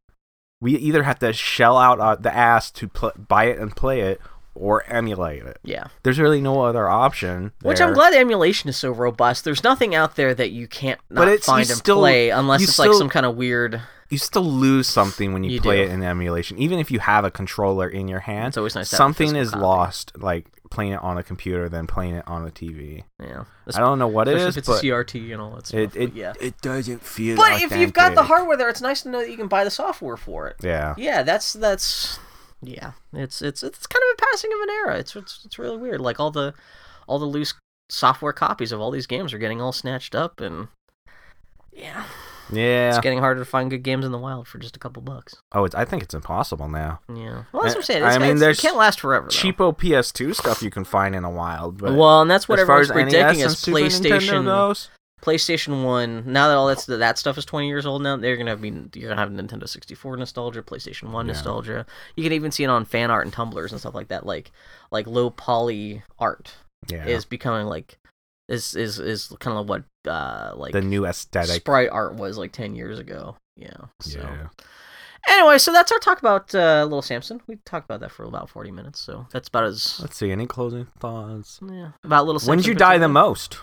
we either have to shell out uh, the ass to pl- buy it and play it, or emulate it.
Yeah.
There's really no other option.
Which I'm
there.
glad emulation is so robust. There's nothing out there that you can't not
But it's-
find
you
and
still-
play unless
you
it's like
still-
some kind of weird.
you still lose something when you,
You
play it
do.
in emulation, even if you have a controller in your hand.
It's always nice to have a
something
physical
is
copy.
lost, like playing it on a computer than playing it on a TV.
Yeah.
I don't know what it
Especially
is,
if it's
but
a CRT and all that stuff.
it,
but
it,
yeah.
it doesn't feel.
But if you've got the
authentic.
hardware there, it's nice to know that you can buy the software for it.
yeah,
Yeah, that's that's yeah. It's it's it's kind of a passing of an era. It's it's, it's really weird. Like all the all the loose software copies of all these games are getting all snatched up and yeah,
yeah.
it's getting harder to find good games in the wild for just a couple bucks.
oh, it's, I think it's impossible now.
Yeah. Well, that's what I'm
I-
saying.
I
It's,
mean,
it's-
there's
it can't last forever. though.
Cheapo PS2 stuff you can find in a wild, but
well, and that's what
as far
everyone's
as NES
predicting is
and Super Nintendo
PlayStation
goes,
PlayStation One. Now that all that's that stuff is twenty years old now, they're gonna be you're gonna have Nintendo sixty four nostalgia, PlayStation One
Yeah.
nostalgia. You can even see it on fan art and tumblers and stuff like that. Like like low poly art
yeah,
is becoming like is is is kind of what uh like
the new aesthetic.
sprite art was like ten years ago. Yeah. So
Yeah,
anyway, so that's our talk about uh, Little Samson. We talked about that for about forty minutes, so that's about as
let's see. Any closing thoughts?
yeah about Little. Samson.
When'd you die the
particularly.
most?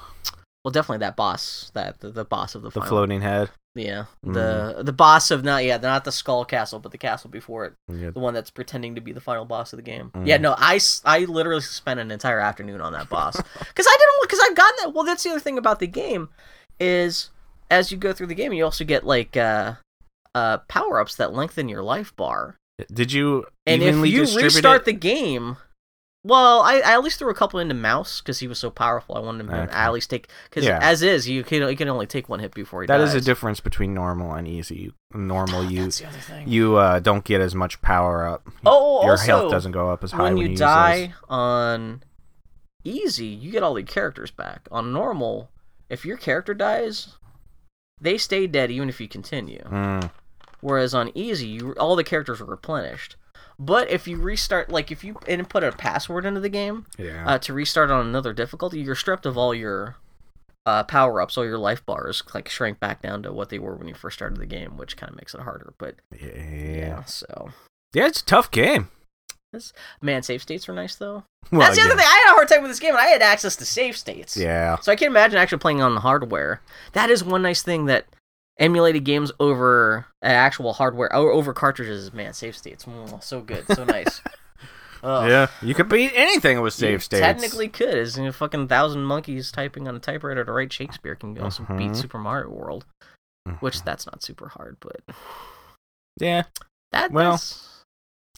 Well, definitely that boss, that the, the boss of the,
The
final
floating head.
Yeah, the
Mm-hmm.
the boss of not yeah not the Skull Castle, but the castle before it,
Yeah.
the one that's pretending to be the final boss of the game.
Mm.
Yeah, no, I, s- I literally spent an entire afternoon on that boss because I didn't because I got that. Well, that's the other thing about the game is as you go through the game, you also get like uh uh power ups that lengthen your life bar,
Did you
and if
evenly
you
distribute
restart
it?
the game. Well, I, I at least threw a couple into Mouse because he was so powerful. I wanted him to
Okay.
at least take because
Yeah.
as is you can you can only take one hit before he
That is
dies.
a difference between normal and easy. Normal, you
That's the other thing.
you uh, don't get as much power up.
Oh,
Your
also,
health doesn't go up as high
when
when,
you
use
die
those.
on easy, you get all the characters back. On normal, if your character dies, they stay dead even if you continue.
Mm,
Whereas on easy, you all the characters are replenished. But if you restart, like if you input a password into the game
yeah.
uh, to restart on another difficulty, you're stripped of all your uh, power ups, all your life bars, like shrink back down to what they were when you first started the game, which kind of makes it harder. But
yeah.
yeah, so
Yeah, it's a tough game.
man, save states were nice though.
Well,
That's the other thing. I had a hard time with this game, and I had access to save states.
Yeah.
So I can imagine actually playing on hardware. That is one nice thing that emulated games over uh, actual hardware or over cartridges. is, Man, save states, Mm, so good, so nice.
Yeah, you could beat anything with save states.
Technically, could as you know, fucking thousand monkeys typing on a typewriter to write Shakespeare can also
Mm-hmm.
beat Super Mario World, which that's not super hard, but
yeah.
that
Well,
that's-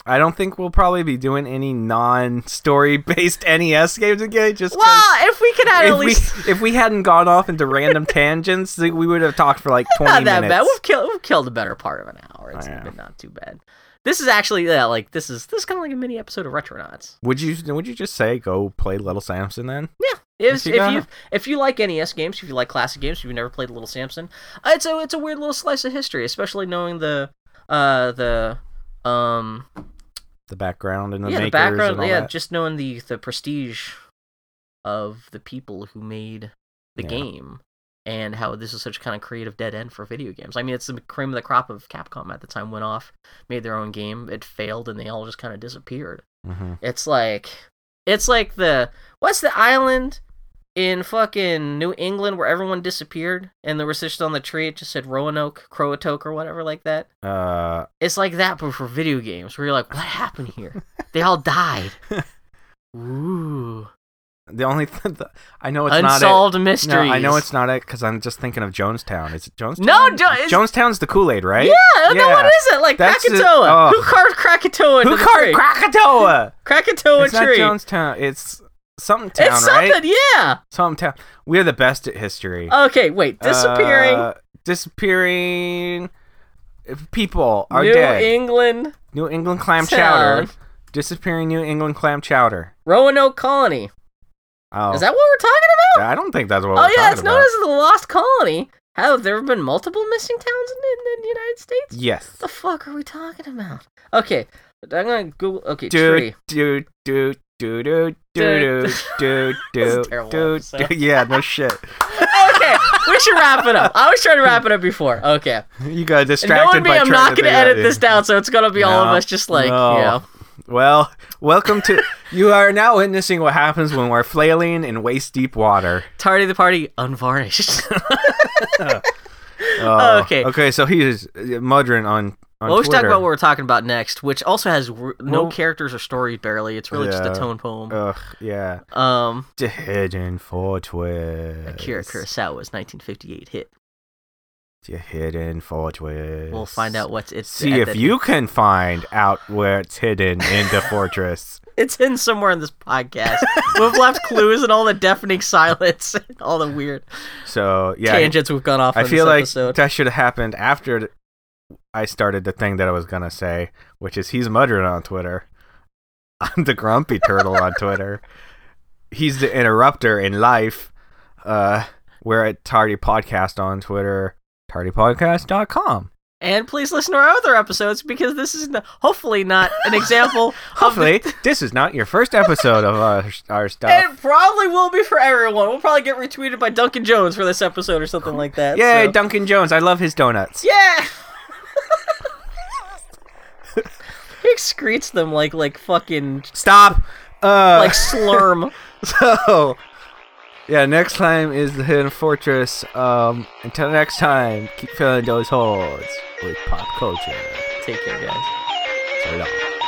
I don't think we'll probably be doing any non-story based NES games again. Just 'cause
well, if we could have at
if we
least
if we hadn't gone off into random tangents, like, we would have talked for like twenty
not that
minutes.
bad. We've killed we've killed a better part of an hour. It's
Yeah.
been not too bad. This is actually yeah, like this is this is kind of like a mini episode of Retronauts.
Would you would you just say go play Little Samson then?
If,
you
if
got-
you if you like NES games, if you like classic games, if you've never played Little Samson, uh, it's a it's a weird little slice of history, especially knowing the uh the um
The background and the
yeah
makers
the background
and all
yeah
that.
just knowing the the prestige of the people who made the
Yeah.
game and how this is such a kind of creative dead end for video games. I mean, it's the cream of the crop of Capcom at the time went off, made their own game, it failed, and they all just kind of disappeared.
Mhm.
It's like it's like the what's the island in fucking New England where everyone disappeared and there was just on the tree it just said Roanoke, Croatoke or whatever like that.
Uh,
It's like that but for video games where you're like, what happened here? they all died. Ooh,
the only th- the, I know it's not
unsolved
it.
mysteries.
No, I know it's not it because I'm just thinking of Jonestown. Is it Jonestown?
no. Jo- it's,
Jonestown's the Kool Aid, right?
yeah, no. What
Yeah.
is it? Like
That's it.
Krakatoa.
Oh.
Who carved Krakatoa? Into
Who
the
carved
tree?
Krakatoa?
Krakatoa
it's
tree.
not Jonestown. It's something town,
it's
right?
something. Yeah.
Something town. We're the best at history.
Okay. Wait. Disappearing.
Uh, disappearing. If People are
New
dead.
England.
New England clam
Town.
chowder. Disappearing New England clam chowder.
Roanoke Colony.
Oh,
Is that what we're talking about?
I don't think that's what.
oh
we're
yeah,
talking
it's
about.
known as the Lost Colony. Have there been multiple missing towns in, in the United States?
Yes.
What the fuck are we talking about? Okay, I'm gonna Google. Okay,
Do
tree.
do do do do do do
This
do
is a terrible
do
episode.
do. Yeah, no shit.
Okay, we should wrap it up. I was trying to wrap it up before. Okay,
You got
and knowing
distracted
me,
by
I'm
trying
not
to think of
gonna edit
it.
this down, so it's gonna be all of
No,
us just like
no.
you know.
Well, welcome to. you are now witnessing what happens when we're flailing in waist deep water.
Tardy the party, unvarnished.
Oh,
Okay.
Okay. So he is uh, muddering on. on
well, we should talk
Twitter.
about what we're talking about next, which also has r- no
Well-
characters or story barely. It's really just
Yeah. Uh,
a tone poem.
Ugh. Yeah.
um,
To hidden for twist.
Akira Kurosawa's 1958 hit.
You're hidden for twist.
We'll find out what's it's.
See
at
if
the-
you can find out where it's hidden in the fortress.
It's in somewhere in this podcast. we've left clues and all the deafening silence, and all the weird
So yeah,
tangents we've gone off.
I
on
feel
this
like
episode.
that should have happened after th- I started the thing that I was gonna say, which is he's muttering on Twitter. I'm the grumpy turtle on Twitter. He's the interrupter in life. Uh, we're at Tardy Podcast on Twitter, tardypodcast.com.
and please listen to our other episodes because this is no- hopefully not an example.
Hopefully, this is not your first episode of our, our stuff.
Of the- it probably will be for everyone. We'll probably get retweeted by Duncan Jones for this episode or something like that.
Yay,
so-
Duncan Jones. I love his donuts.
yeah. he excretes them like like fucking
Stop. Uh,
like slurm.
so, yeah, next time is the Hidden Fortress. Um, until next time, keep filling those holes with pop culture.
Take care, guys.
So long.